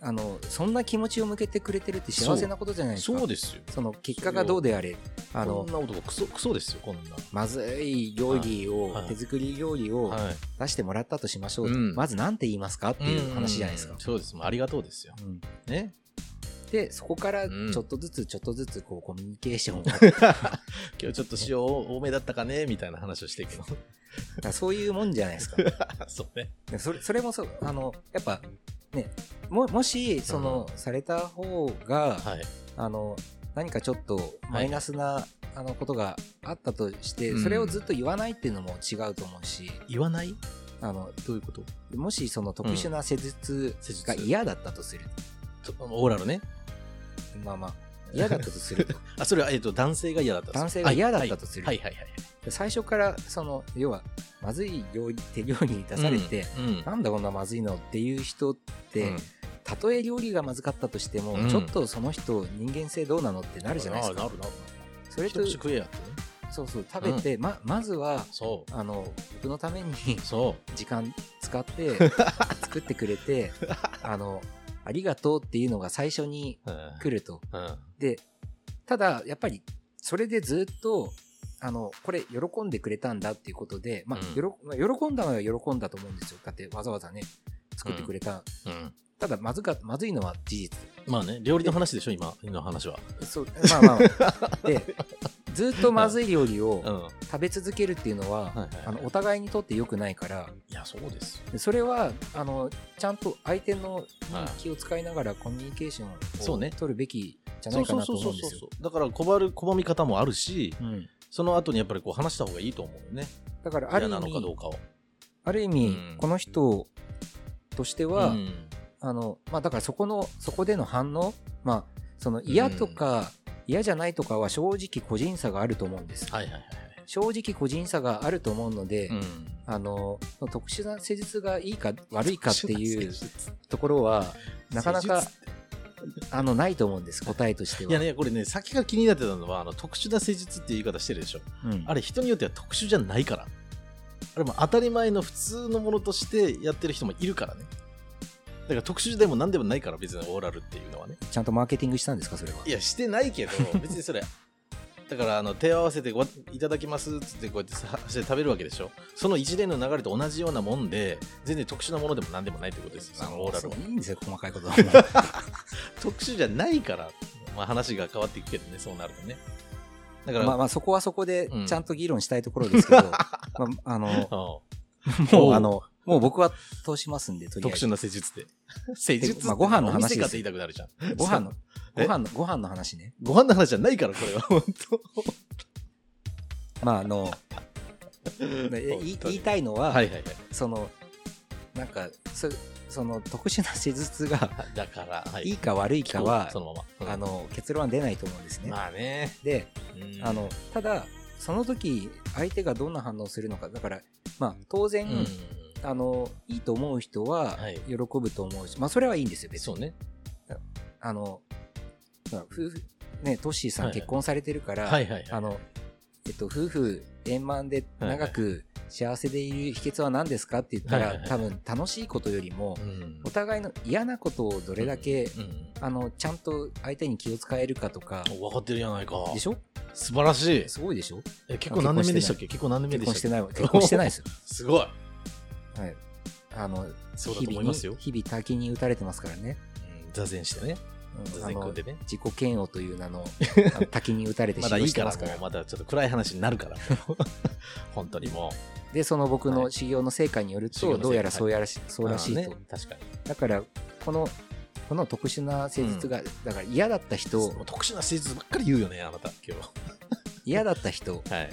[SPEAKER 2] あの、そんな気持ちを向けてくれてるって幸せなことじゃないですか。
[SPEAKER 1] そうですよ
[SPEAKER 2] その結果がどうであれ、あ
[SPEAKER 1] こん
[SPEAKER 2] の
[SPEAKER 1] な男クソクソですよこんな
[SPEAKER 2] まずい料理を、
[SPEAKER 1] はい
[SPEAKER 2] 手作り料理を
[SPEAKER 1] はい
[SPEAKER 2] 出してもらったとしましょうと、
[SPEAKER 1] うん
[SPEAKER 2] まず何て言いますかっていう話じゃないです
[SPEAKER 1] う
[SPEAKER 2] か
[SPEAKER 1] ん。そうですもうありがとうですよ
[SPEAKER 2] うん
[SPEAKER 1] ね
[SPEAKER 2] でそこから
[SPEAKER 1] うん
[SPEAKER 2] ちょっとずつちょっとずつこうコミュニケーションを、だか
[SPEAKER 1] 今日ちょっと塩多めだったかねみたいな話をしていくの
[SPEAKER 2] らそういうもんじゃないですか。
[SPEAKER 1] そうね
[SPEAKER 2] でそれそれもそうあのやっぱねももしその、された方が、
[SPEAKER 1] はい
[SPEAKER 2] あの何かちょっとマイナスな、あのことがあったとして、それをずっと言わないっていうのも違うと思うし
[SPEAKER 1] 言わない
[SPEAKER 2] あの
[SPEAKER 1] どういうこと
[SPEAKER 2] もしその特殊な施術
[SPEAKER 1] 施術
[SPEAKER 2] が嫌だったとする、
[SPEAKER 1] とオーラルね
[SPEAKER 2] まあまあ嫌だったとすると
[SPEAKER 1] あそれは、えっと男性が嫌だったんです
[SPEAKER 2] 男性が嫌だったとする
[SPEAKER 1] はいはいはい
[SPEAKER 2] 最初からその要はまずい料理手料理に出
[SPEAKER 1] 出
[SPEAKER 2] されて、
[SPEAKER 1] うん
[SPEAKER 2] なんだこんなまずいのっていう人って、
[SPEAKER 1] うん
[SPEAKER 2] たとえ料理がまずかったとしても、
[SPEAKER 1] うん
[SPEAKER 2] ちょっとその人人間性どうなのってなるじゃないですか
[SPEAKER 1] なるなるな
[SPEAKER 2] そ
[SPEAKER 1] る
[SPEAKER 2] れ
[SPEAKER 1] 一
[SPEAKER 2] と
[SPEAKER 1] 口食えやってね
[SPEAKER 2] そうそう食べて、ままずは
[SPEAKER 1] そ
[SPEAKER 2] あの僕のために
[SPEAKER 1] うそ
[SPEAKER 2] 時間使って 作ってくれてあのありがとうっていうのが最初に
[SPEAKER 1] う、うん
[SPEAKER 2] 来ると
[SPEAKER 1] うん
[SPEAKER 2] でただやっぱりそれでずっとあのこれ喜んでくれたんだっていうことで、まあ
[SPEAKER 1] うん
[SPEAKER 2] よろまあ喜んだのは喜んだと思うんですよだってわざわざね作ってくれた、
[SPEAKER 1] うん、
[SPEAKER 2] ただまずかまずいのは事実
[SPEAKER 1] まあね料理の話でしょ今今の話は
[SPEAKER 2] そうまあまあでずっとまずい料理
[SPEAKER 1] うん
[SPEAKER 2] を
[SPEAKER 1] はい
[SPEAKER 2] 食べ続けるっていうのは、
[SPEAKER 1] はい
[SPEAKER 2] あのお互いにとって良くないから
[SPEAKER 1] いやそうです
[SPEAKER 2] でそれはあのちゃんと相手の
[SPEAKER 1] はい
[SPEAKER 2] 気を使いながらコミュニケーション
[SPEAKER 1] そう
[SPEAKER 2] を
[SPEAKER 1] ね
[SPEAKER 2] 取るべきじゃな
[SPEAKER 1] そう
[SPEAKER 2] いか
[SPEAKER 1] そう
[SPEAKER 2] な
[SPEAKER 1] そ
[SPEAKER 2] と
[SPEAKER 1] うそ
[SPEAKER 2] 思
[SPEAKER 1] ううん
[SPEAKER 2] ですよ
[SPEAKER 1] そう。だから拒る拒み方もあるし
[SPEAKER 2] うん
[SPEAKER 1] その後にやっぱりこう話した方がいいと思うよね
[SPEAKER 2] だからある
[SPEAKER 1] 嫌
[SPEAKER 2] 意
[SPEAKER 1] なのか
[SPEAKER 2] 味
[SPEAKER 1] どうかを
[SPEAKER 2] ある意味、
[SPEAKER 1] うん
[SPEAKER 2] この人としては、
[SPEAKER 1] うん
[SPEAKER 2] あのまあ、だからそこのそこでの反応、まあ、その嫌とか、嫌じゃないとかは正直個人差があると思うんです、
[SPEAKER 1] はいはいはい
[SPEAKER 2] 正直個人差があると思うので、
[SPEAKER 1] はい、
[SPEAKER 2] あの特殊な施術がいいか悪いかっていう
[SPEAKER 1] 施術
[SPEAKER 2] ところはなかなか
[SPEAKER 1] 施術って
[SPEAKER 2] あのないと思うんです答えとしては。
[SPEAKER 1] いやねこれね先が気になってたのはあの特殊な施術っていう言い方してるでしょ
[SPEAKER 2] うん
[SPEAKER 1] あれ人によっては特殊じゃないからあれも当たり前の普通のものとしてやってる人もいるからねだから特殊でも何でもないから別にオーラルっていうのはね。
[SPEAKER 2] ちゃんとマーケティングしたんですかそれはい
[SPEAKER 1] やしてないけど別にそれだからあの手を合わせてごいただきますっつってこうやってさして食べるわけでしょその一連の流れと同じようなもんで全然特殊なものでも何でもないってことですよそのオーラルは
[SPEAKER 2] そういいんですよ細かいことは。
[SPEAKER 1] 特殊じゃないから、まあ、話が変わっていくけどねそうなるとねだから、
[SPEAKER 2] まあまあそこはそこで
[SPEAKER 1] うん
[SPEAKER 2] ちゃんと議論したいところですけ ど、まあ、あの
[SPEAKER 1] うん
[SPEAKER 2] もうあのもう僕は通しますんでとりあえ
[SPEAKER 1] 特殊
[SPEAKER 2] ず
[SPEAKER 1] な施術 で施術って
[SPEAKER 2] まあご飯の話
[SPEAKER 1] お店かっ
[SPEAKER 2] です
[SPEAKER 1] て言いたくなるじゃん
[SPEAKER 2] ご飯のご
[SPEAKER 1] え
[SPEAKER 2] 飯のご飯の話ね。
[SPEAKER 1] ご飯の話じゃないからこ れは本
[SPEAKER 2] まあ あの
[SPEAKER 1] 当
[SPEAKER 2] ね言い言い
[SPEAKER 1] い
[SPEAKER 2] たいのは、
[SPEAKER 1] はいはいはい
[SPEAKER 2] そのなんかそその特殊な施術が
[SPEAKER 1] あだから、はい、
[SPEAKER 2] いいか悪いかは
[SPEAKER 1] そのまま、うん
[SPEAKER 2] あの結論は出ないと思うんですね。
[SPEAKER 1] まあね、
[SPEAKER 2] で
[SPEAKER 1] うん
[SPEAKER 2] あのただその時相手がどんな反応するのかだからまあ当然、
[SPEAKER 1] うん
[SPEAKER 2] あのいいと思う人は
[SPEAKER 1] はい
[SPEAKER 2] 喜ぶと思うし、まあそれはいいんですよ別に
[SPEAKER 1] そうね
[SPEAKER 2] あのまあ夫婦ねトッシーさ
[SPEAKER 1] は
[SPEAKER 2] ん
[SPEAKER 1] い
[SPEAKER 2] 結婚されてるから、
[SPEAKER 1] はいはい
[SPEAKER 2] あ
[SPEAKER 1] はい
[SPEAKER 2] のえっと夫婦円満で長く幸せでいる秘訣は何ですかって言ったら、
[SPEAKER 1] はいはいはい
[SPEAKER 2] 多分楽しいことよりも、
[SPEAKER 1] うん
[SPEAKER 2] お互いの嫌なことをどれだけ、
[SPEAKER 1] うん
[SPEAKER 2] あのちゃんと相手に気を使えるかとか、
[SPEAKER 1] お分かってるじゃないか
[SPEAKER 2] でしょ
[SPEAKER 1] 素晴らしい
[SPEAKER 2] すごいでしょ
[SPEAKER 1] え結構何年目でしたっけ結構何年目
[SPEAKER 2] 結
[SPEAKER 1] で
[SPEAKER 2] 婚
[SPEAKER 1] し
[SPEAKER 2] し
[SPEAKER 1] た
[SPEAKER 2] て
[SPEAKER 1] っ
[SPEAKER 2] ないわ結婚してない ですよ。
[SPEAKER 1] けすごい
[SPEAKER 2] はい、あの
[SPEAKER 1] そうだと思いますよ
[SPEAKER 2] 日々に日々滝に打たれてますからね。
[SPEAKER 1] うん座禅してね
[SPEAKER 2] うん
[SPEAKER 1] 座
[SPEAKER 2] あ
[SPEAKER 1] 禅組
[SPEAKER 2] の
[SPEAKER 1] んでね
[SPEAKER 2] 自己嫌悪とい う名のあの滝に打たれて
[SPEAKER 1] ま
[SPEAKER 2] 死
[SPEAKER 1] だ
[SPEAKER 2] 亡
[SPEAKER 1] いい
[SPEAKER 2] して
[SPEAKER 1] か
[SPEAKER 2] ま
[SPEAKER 1] ら
[SPEAKER 2] すから
[SPEAKER 1] もうまだちょっと暗い話になる から本当にもう
[SPEAKER 2] でその僕
[SPEAKER 1] は
[SPEAKER 2] の
[SPEAKER 1] い
[SPEAKER 2] 修行の成果による
[SPEAKER 1] 修行の成
[SPEAKER 2] と
[SPEAKER 1] 果
[SPEAKER 2] どうやらそうやらし、そうらしいと、
[SPEAKER 1] まあね確かに
[SPEAKER 2] だからこのこの特殊な施術が、だから嫌だった人
[SPEAKER 1] もう特殊な施術ばっかり言うよねあなた今
[SPEAKER 2] 嫌だった人
[SPEAKER 1] 日はい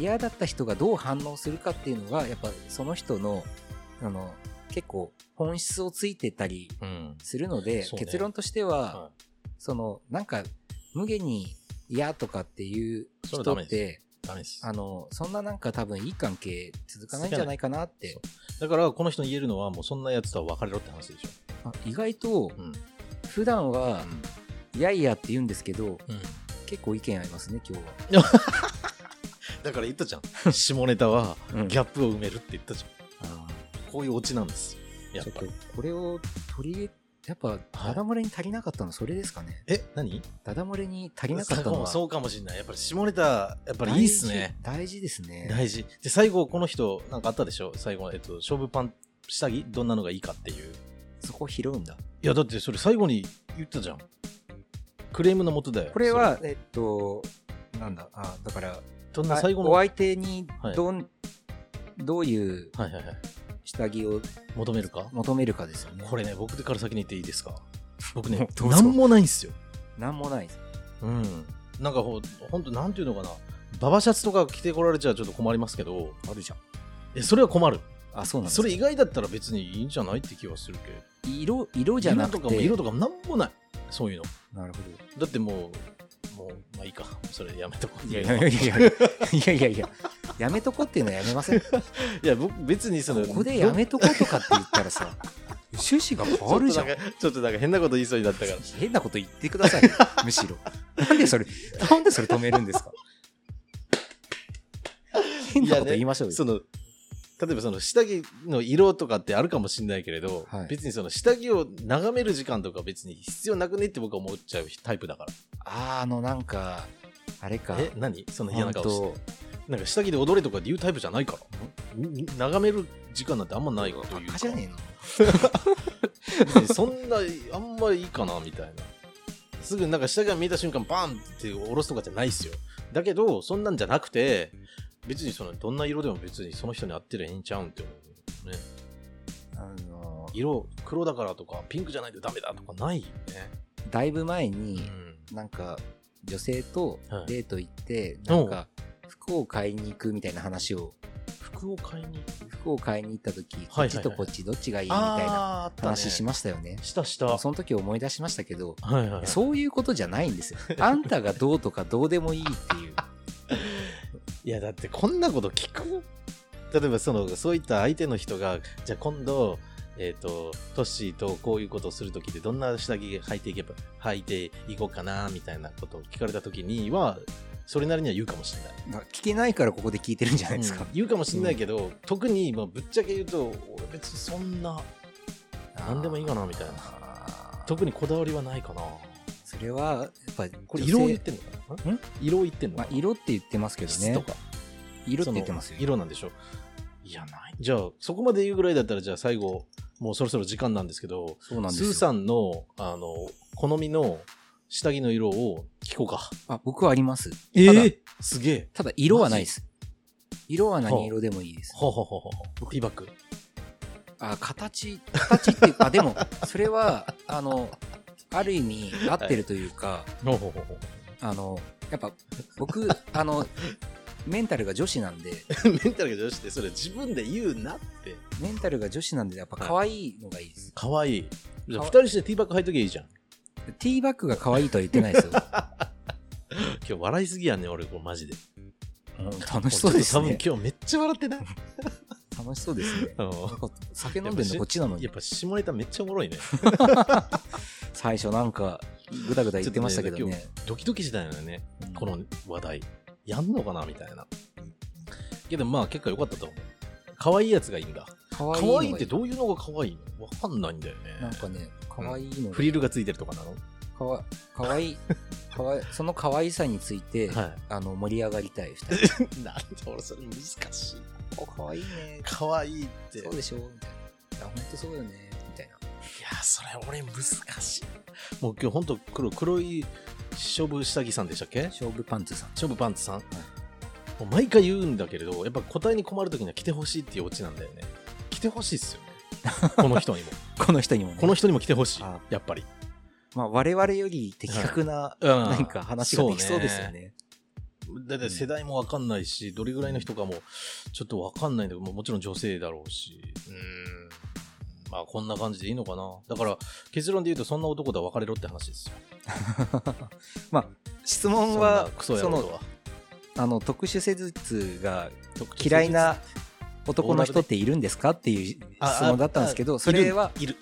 [SPEAKER 2] 嫌だった人がどう反応するかっていうのがやっぱその人のあの結構本質をついてたり
[SPEAKER 1] うん
[SPEAKER 2] するので、
[SPEAKER 1] そうね
[SPEAKER 2] 結論としては、
[SPEAKER 1] は
[SPEAKER 2] そのなんか無限に嫌とかっていう
[SPEAKER 1] それ
[SPEAKER 2] 人
[SPEAKER 1] はダメ
[SPEAKER 2] っ
[SPEAKER 1] で
[SPEAKER 2] て
[SPEAKER 1] いダメです
[SPEAKER 2] あのそんななんか多分いい関係続かないんじゃないかなって
[SPEAKER 1] だからこの人に言えるのはもうそんなやつとは別れろって話でしょ
[SPEAKER 2] あ意外と
[SPEAKER 1] うん
[SPEAKER 2] 普段は「いやいや」って言うんですけど
[SPEAKER 1] うん
[SPEAKER 2] 結構意見ありますね今日は、
[SPEAKER 1] だから言ったじゃ ん下ネタはギ
[SPEAKER 2] ャ
[SPEAKER 1] ャップを埋めるって言ったじゃんこういうオチなんですよやっ
[SPEAKER 2] ちょっ
[SPEAKER 1] ぱり
[SPEAKER 2] とこれを取りやっぱ、ダダ漏れに足りなかったのそれですかね。
[SPEAKER 1] え何
[SPEAKER 2] ダダ漏れに足りなかったのは。
[SPEAKER 1] そうかもしれないやっぱり下ネタやっぱりいいっすね
[SPEAKER 2] 大事。大事ですね。
[SPEAKER 1] 大事で最後この人なんかあったでしょ最後、えっと、勝負パン下着どんなのがいいかっていう
[SPEAKER 2] そこ拾うんだ。
[SPEAKER 1] いやだってそれ最後に言ったじゃんクレームのもとだよ
[SPEAKER 2] これは、えっと、なんだ、あだから、
[SPEAKER 1] それどんな最後の
[SPEAKER 2] お
[SPEAKER 1] はい
[SPEAKER 2] 相手にどん、どういう
[SPEAKER 1] はいはい
[SPEAKER 2] 下着を
[SPEAKER 1] 求めるか
[SPEAKER 2] 求めるかですよね。
[SPEAKER 1] これね僕から先に言っていいですか僕ね
[SPEAKER 2] どうぞ
[SPEAKER 1] 何もないんですよ
[SPEAKER 2] なんもないです。
[SPEAKER 1] うんなんかほほんとなんていうのかなババシャツとか着てこられちゃちょっと困りますけど
[SPEAKER 2] あるじゃん。
[SPEAKER 1] えそれは困る
[SPEAKER 2] あ、そうなんです
[SPEAKER 1] そ
[SPEAKER 2] か
[SPEAKER 1] れ以外だったら別にいいんじゃないって気はするけど
[SPEAKER 2] 色、色じゃなく
[SPEAKER 1] 色とかも
[SPEAKER 2] て。
[SPEAKER 1] 色とかもなんもないそういうの
[SPEAKER 2] なるほ
[SPEAKER 1] だってもうもうまあいいかそれやめとこう
[SPEAKER 2] ど。
[SPEAKER 1] い
[SPEAKER 2] いや
[SPEAKER 1] や
[SPEAKER 2] い
[SPEAKER 1] い
[SPEAKER 2] や
[SPEAKER 1] や
[SPEAKER 2] い
[SPEAKER 1] いや
[SPEAKER 2] やいやいやいやいや。やめとこっていうのはやめません。こ
[SPEAKER 1] 僕別にその
[SPEAKER 2] こでやめとことかって言った らさ、趣旨が変わるじゃん
[SPEAKER 1] ちょ。っとなんかちょっとなんか変なこと言いそうになったから
[SPEAKER 2] 変なこと言ってく ださいよ。むしろ。なんでそれ、なんでそれ止めるんですか変なこと言いましょうよ。
[SPEAKER 1] その例えばその下着の色とかってあるかもしれないけれど、
[SPEAKER 2] はい
[SPEAKER 1] 別にその下着を眺める時間とか別に必要なくねって僕は思っちゃうタイプだか。
[SPEAKER 2] あーあのなんか、あれから
[SPEAKER 1] え、何その嫌な
[SPEAKER 2] ほ
[SPEAKER 1] ん顔して。
[SPEAKER 2] と、
[SPEAKER 1] なんか下着で踊れとかっていうタイプじゃないから。眺める時間なんてあんまないと
[SPEAKER 2] バ
[SPEAKER 1] いうか
[SPEAKER 2] カじゃねえの
[SPEAKER 1] 別にそんな、あんまいいかなみたいな。すぐなんか下着が見えた瞬間バーンって下ろすとかじゃないっすよ。だけど、そんなんじゃなくて、別にそのどんな色でも別にその人に合ってりゃいいんちゃうんって思う、ね。
[SPEAKER 2] あの
[SPEAKER 1] 色黒だからとかピンクじゃないとダメだとかないよね。
[SPEAKER 2] だいぶ前
[SPEAKER 1] う
[SPEAKER 2] に、
[SPEAKER 1] ん、
[SPEAKER 2] なんか、女性と
[SPEAKER 1] はい
[SPEAKER 2] デート行って、なんか、服を買いに行くみたいな話を、
[SPEAKER 1] 服を買いにみ
[SPEAKER 2] 服を買いに行った時、こ
[SPEAKER 1] はいはいは
[SPEAKER 2] っ
[SPEAKER 1] い
[SPEAKER 2] ちとこっちどっちがいいみたいな話し
[SPEAKER 1] ま
[SPEAKER 2] ましたよね。
[SPEAKER 1] したした。は
[SPEAKER 2] その時思い出しましたけど、
[SPEAKER 1] いはい、
[SPEAKER 2] そういうことじゃないん ですよ。あんたがどうとかどうでもいいっていう。
[SPEAKER 1] いやだってこんなこと聞く例えばそのそういった相手の人がじゃあ今度えっ、とトッシーとこういうことをするときでどんな下着履いていけば履いていこうかなみたいなことを聞かれたときにはそれなりには言うかもしれない。
[SPEAKER 2] まあ聞けないからここで聞いてるんじゃないですか
[SPEAKER 1] うん。言うかもしれないけど、特にまあぶっちゃけ言うと俺別にそんな何でもいいかなみたいな
[SPEAKER 2] な
[SPEAKER 1] 特にこだわりはないかな。
[SPEAKER 2] それは、やっぱ、
[SPEAKER 1] これ
[SPEAKER 2] 女
[SPEAKER 1] 色を
[SPEAKER 2] 性
[SPEAKER 1] 言ってんのかなん色を言ってんの
[SPEAKER 2] ま
[SPEAKER 1] か
[SPEAKER 2] あ
[SPEAKER 1] な、、
[SPEAKER 2] 色って言ってますけど
[SPEAKER 1] 質と
[SPEAKER 2] ね。
[SPEAKER 1] か
[SPEAKER 2] 色って言ってますよ
[SPEAKER 1] その。色なんでしょういやないじゃあそこまで言うぐらいだったらじゃあ最後もうそろそろ時間なんですけど
[SPEAKER 2] そうなんです
[SPEAKER 1] ス
[SPEAKER 2] よ。
[SPEAKER 1] ーさんのあの好みの下着の色を聞こうか
[SPEAKER 2] あ、僕はあります。
[SPEAKER 1] え
[SPEAKER 2] ただ
[SPEAKER 1] すげえ
[SPEAKER 2] ただ、色はないです。色は何色でもいいです。
[SPEAKER 1] ほうほうほうほう僕リバック
[SPEAKER 2] あ、形、形っていうか、 でも、それは、あの、ある意味、合ってるというか、
[SPEAKER 1] ほうほうほうほう
[SPEAKER 2] あの、やっぱ、僕、あの、メンタルが女子なんで、
[SPEAKER 1] メンタルが女子ってそれ自分で言うなって
[SPEAKER 2] メンタルが女子なんで、やっぱ可愛いのがいいです。
[SPEAKER 1] かわいいじゃあ
[SPEAKER 2] か
[SPEAKER 1] 2
[SPEAKER 2] わ
[SPEAKER 1] 人してティーバッグ履いときゃいいじゃん
[SPEAKER 2] ティーバッグが可愛いとは言ってないで すよ。
[SPEAKER 1] 今日笑いすぎやね俺これマジ で
[SPEAKER 2] うん楽しそうです
[SPEAKER 1] 俺
[SPEAKER 2] ね。
[SPEAKER 1] ちょっと多分今日めっちゃ笑って ない
[SPEAKER 2] 楽しそうですね。
[SPEAKER 1] あの
[SPEAKER 2] なんか酒飲んでんのこっちなのに
[SPEAKER 1] やっぱ下ネタめっちゃおも ろいね
[SPEAKER 2] 最初なんかぐだぐだ言ってましたけどね
[SPEAKER 1] ドキドキしたよね
[SPEAKER 2] うん
[SPEAKER 1] この話題やんのかなみたいなけどまあ結果良かったと思う可愛いやつがいいんだ
[SPEAKER 2] 可
[SPEAKER 1] 可
[SPEAKER 2] 愛
[SPEAKER 1] 愛
[SPEAKER 2] いのが
[SPEAKER 1] いってどういうのが可愛いのわかんないんだよね
[SPEAKER 2] なんかね可愛いのが
[SPEAKER 1] フリルがついてるとかなの
[SPEAKER 2] かわ可愛 い可愛いその可愛さについて、
[SPEAKER 1] は
[SPEAKER 2] あの盛り上がりたい二人
[SPEAKER 1] いなんで俺それ難しい
[SPEAKER 2] お可愛いね
[SPEAKER 1] 可愛いってい
[SPEAKER 2] そうでしょみたいなあ本当そうよねみたいな
[SPEAKER 1] やそれ俺難しいもう今日ほんと黒黒い勝負下着さんでしたっけ
[SPEAKER 2] 勝負パンツさん
[SPEAKER 1] 勝負パンツさん、もう毎回言うんだけれどやっぱ答えに困るときには来てほしいっていうオチなんだよね来てほしいっすよ ねこの人にも
[SPEAKER 2] この人にもね
[SPEAKER 1] この人にも来てほしい
[SPEAKER 2] あ
[SPEAKER 1] やっぱり
[SPEAKER 2] まあ我々より的確な
[SPEAKER 1] うん
[SPEAKER 2] なんか話ができそうですよね,、
[SPEAKER 1] だって世代もわかんないし、どれぐらいの人かもちょっとわかんないんだけど、もうもちろん女性だろうし、うーん、まあこんな感じでいいのかな。だから結論で言うと、そんな男とは別れろって話ですよ。
[SPEAKER 2] まあ質問は
[SPEAKER 1] そんなクソ野郎と
[SPEAKER 2] の
[SPEAKER 1] は。
[SPEAKER 2] あの特殊施術が
[SPEAKER 1] 特徴
[SPEAKER 2] 嫌いな男の人っているんですかっていう質問だったんですけど
[SPEAKER 1] ああ
[SPEAKER 2] それはい
[SPEAKER 1] るいる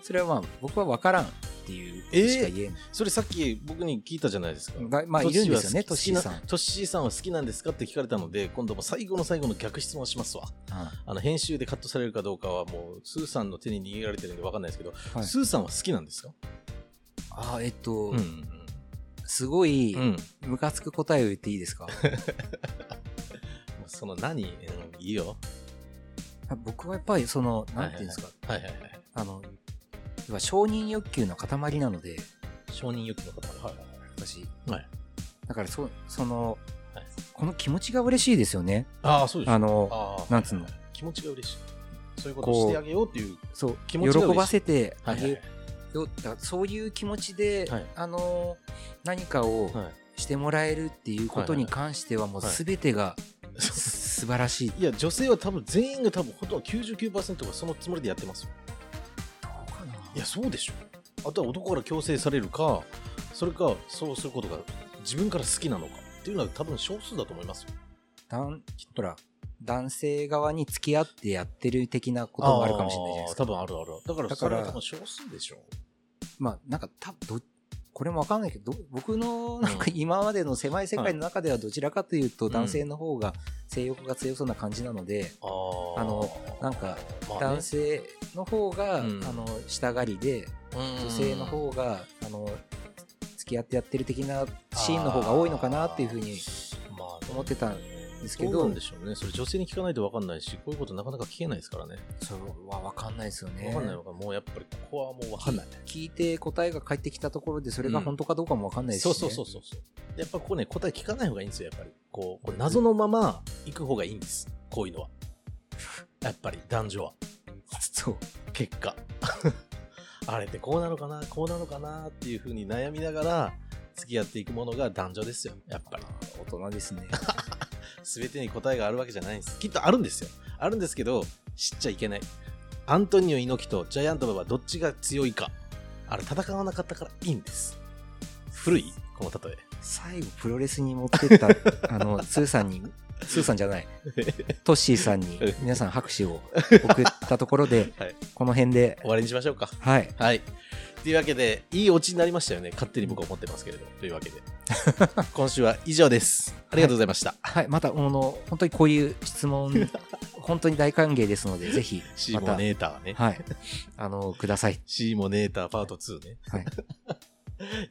[SPEAKER 2] それはまあ僕は分からんっていうことしか言えない。
[SPEAKER 1] それさっき僕に聞いたじゃないですか。
[SPEAKER 2] だまあ、
[SPEAKER 1] ト
[SPEAKER 2] い
[SPEAKER 1] ッシー
[SPEAKER 2] る
[SPEAKER 1] は
[SPEAKER 2] んですよね、ト
[SPEAKER 1] 好
[SPEAKER 2] ッ
[SPEAKER 1] き
[SPEAKER 2] シーさん。
[SPEAKER 1] 好きなトッシーさんは好きなんですかって聞かれたので、今度も最後の最後の逆質問しますわ。
[SPEAKER 2] は
[SPEAKER 1] あの、編集でカットされるかどうかはもう、スーさんの手に逃げられてるんでわかんないですけど、
[SPEAKER 2] い、
[SPEAKER 1] スーさんは好きなんですか
[SPEAKER 2] あーえっと、
[SPEAKER 1] ん
[SPEAKER 2] すごい
[SPEAKER 1] うん。うん。
[SPEAKER 2] ムカつく答えを言っていいで すか
[SPEAKER 1] その何、うん、いいよ。
[SPEAKER 2] 僕はやっぱりその、なんていうんですか、
[SPEAKER 1] はいはいはい。
[SPEAKER 2] あの、要は承認欲求の塊なので、
[SPEAKER 1] 承認欲求の方。はい
[SPEAKER 2] 私。
[SPEAKER 1] はい
[SPEAKER 2] だからそ、その、
[SPEAKER 1] はい
[SPEAKER 2] この気持ちが嬉しいですよね。
[SPEAKER 1] ああ、そうです
[SPEAKER 2] あの、
[SPEAKER 1] ああ
[SPEAKER 2] なんつうの、
[SPEAKER 1] 気持ちが嬉しい。そういうことをしてあげようっていう。
[SPEAKER 2] そう、
[SPEAKER 1] 気持ちが嬉しい
[SPEAKER 2] 喜ばせてあげよう。
[SPEAKER 1] は
[SPEAKER 2] だからそういう気持ちで、
[SPEAKER 1] はい
[SPEAKER 2] あの、何か
[SPEAKER 1] い
[SPEAKER 2] を
[SPEAKER 1] はい。はい
[SPEAKER 2] してもらえるっていうことに関しては、もう
[SPEAKER 1] はい
[SPEAKER 2] 全てが
[SPEAKER 1] そう
[SPEAKER 2] 素晴らしい。
[SPEAKER 1] いや、女性は多分全員が多分、ほとんど99%がそのつもりでやってますよ。
[SPEAKER 2] どうかない
[SPEAKER 1] や、そうでしょ。あとは男から強制されるか、それか、そうすることが自分から好きなのかっていうのは多分少数だと思いますよ。
[SPEAKER 2] 男ほら男性側に付き合ってやってる的なこともあるかもしれないじゃないですか
[SPEAKER 1] あー多分あるある。だか
[SPEAKER 2] だ
[SPEAKER 1] ら、
[SPEAKER 2] か
[SPEAKER 1] そ
[SPEAKER 2] ら
[SPEAKER 1] れは多分少数でしょ。
[SPEAKER 2] まあなんか多分どこれもわかんないけどど僕のなんか今までの狭い世界の中ではどちらかというと
[SPEAKER 1] うん
[SPEAKER 2] 男性の方が性欲が強そうな感じなので、
[SPEAKER 1] あー
[SPEAKER 2] あのなんか、
[SPEAKER 1] まあね
[SPEAKER 2] 男性の方が、
[SPEAKER 1] うん
[SPEAKER 2] あのしたがりで女性の方が、あの付き合ってやってる的なシーンの方が多いのかなっていうふうに思ってたんですけ
[SPEAKER 1] ま
[SPEAKER 2] ど
[SPEAKER 1] あねそうなんでしょうね。それ女性に聞かないと分かんないし、こういうことなかなか聞けないですからね。
[SPEAKER 2] それはわかんないですよね
[SPEAKER 1] 分かんないのか、もうやっぱりここはもう分かんない。
[SPEAKER 2] 聞いて答えが返ってきたところでそれが本当かどうかもわかんないですし、
[SPEAKER 1] そ
[SPEAKER 2] ね
[SPEAKER 1] うそうそうそうそう。でやっぱここね、答え聞かない方がいいんですよ、やっぱり。こう、これ謎のまま行く方がいいんです。こういうのは。やっぱり、男女は。
[SPEAKER 2] そう
[SPEAKER 1] 結果。 あれってこうなのかな、こうなのかなっていうふうに悩みながら、付き合っていくものが男女ですよ、やっぱり。
[SPEAKER 2] 大人ですね
[SPEAKER 1] 全てに答えがあるわけじゃないんです。きっとあるんですよ。あるんですけど、知っちゃいけない。アントニオ猪木とジャイアント馬場はどっちが強いか。あれ、戦わなかったからいいんです。古いこの例え。
[SPEAKER 2] 最後プロレスに持ってった あのスーさんにスーさんじゃ ないトッシーさんに皆さん拍 手を送ったところで、
[SPEAKER 1] はい
[SPEAKER 2] この辺で
[SPEAKER 1] 終わりにしましょうか。
[SPEAKER 2] はい
[SPEAKER 1] はい。というわけで、いいオチになりましたよね。勝手に僕は思ってますけれど。というわけ で。今週は以上です。ありがとうございました。
[SPEAKER 2] はいまたあの本当にこういう質 問本当に大歓迎ですのでぜひ
[SPEAKER 1] シ
[SPEAKER 2] ま
[SPEAKER 1] ーモ
[SPEAKER 2] た、
[SPEAKER 1] ネーターね。
[SPEAKER 2] はいあのください
[SPEAKER 1] シーモネーターパート2ね。
[SPEAKER 2] はい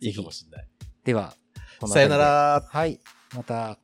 [SPEAKER 1] いいかもしれない。
[SPEAKER 2] ではこの
[SPEAKER 1] さ
[SPEAKER 2] 辺
[SPEAKER 1] よ
[SPEAKER 2] で
[SPEAKER 1] なら。
[SPEAKER 2] はいまた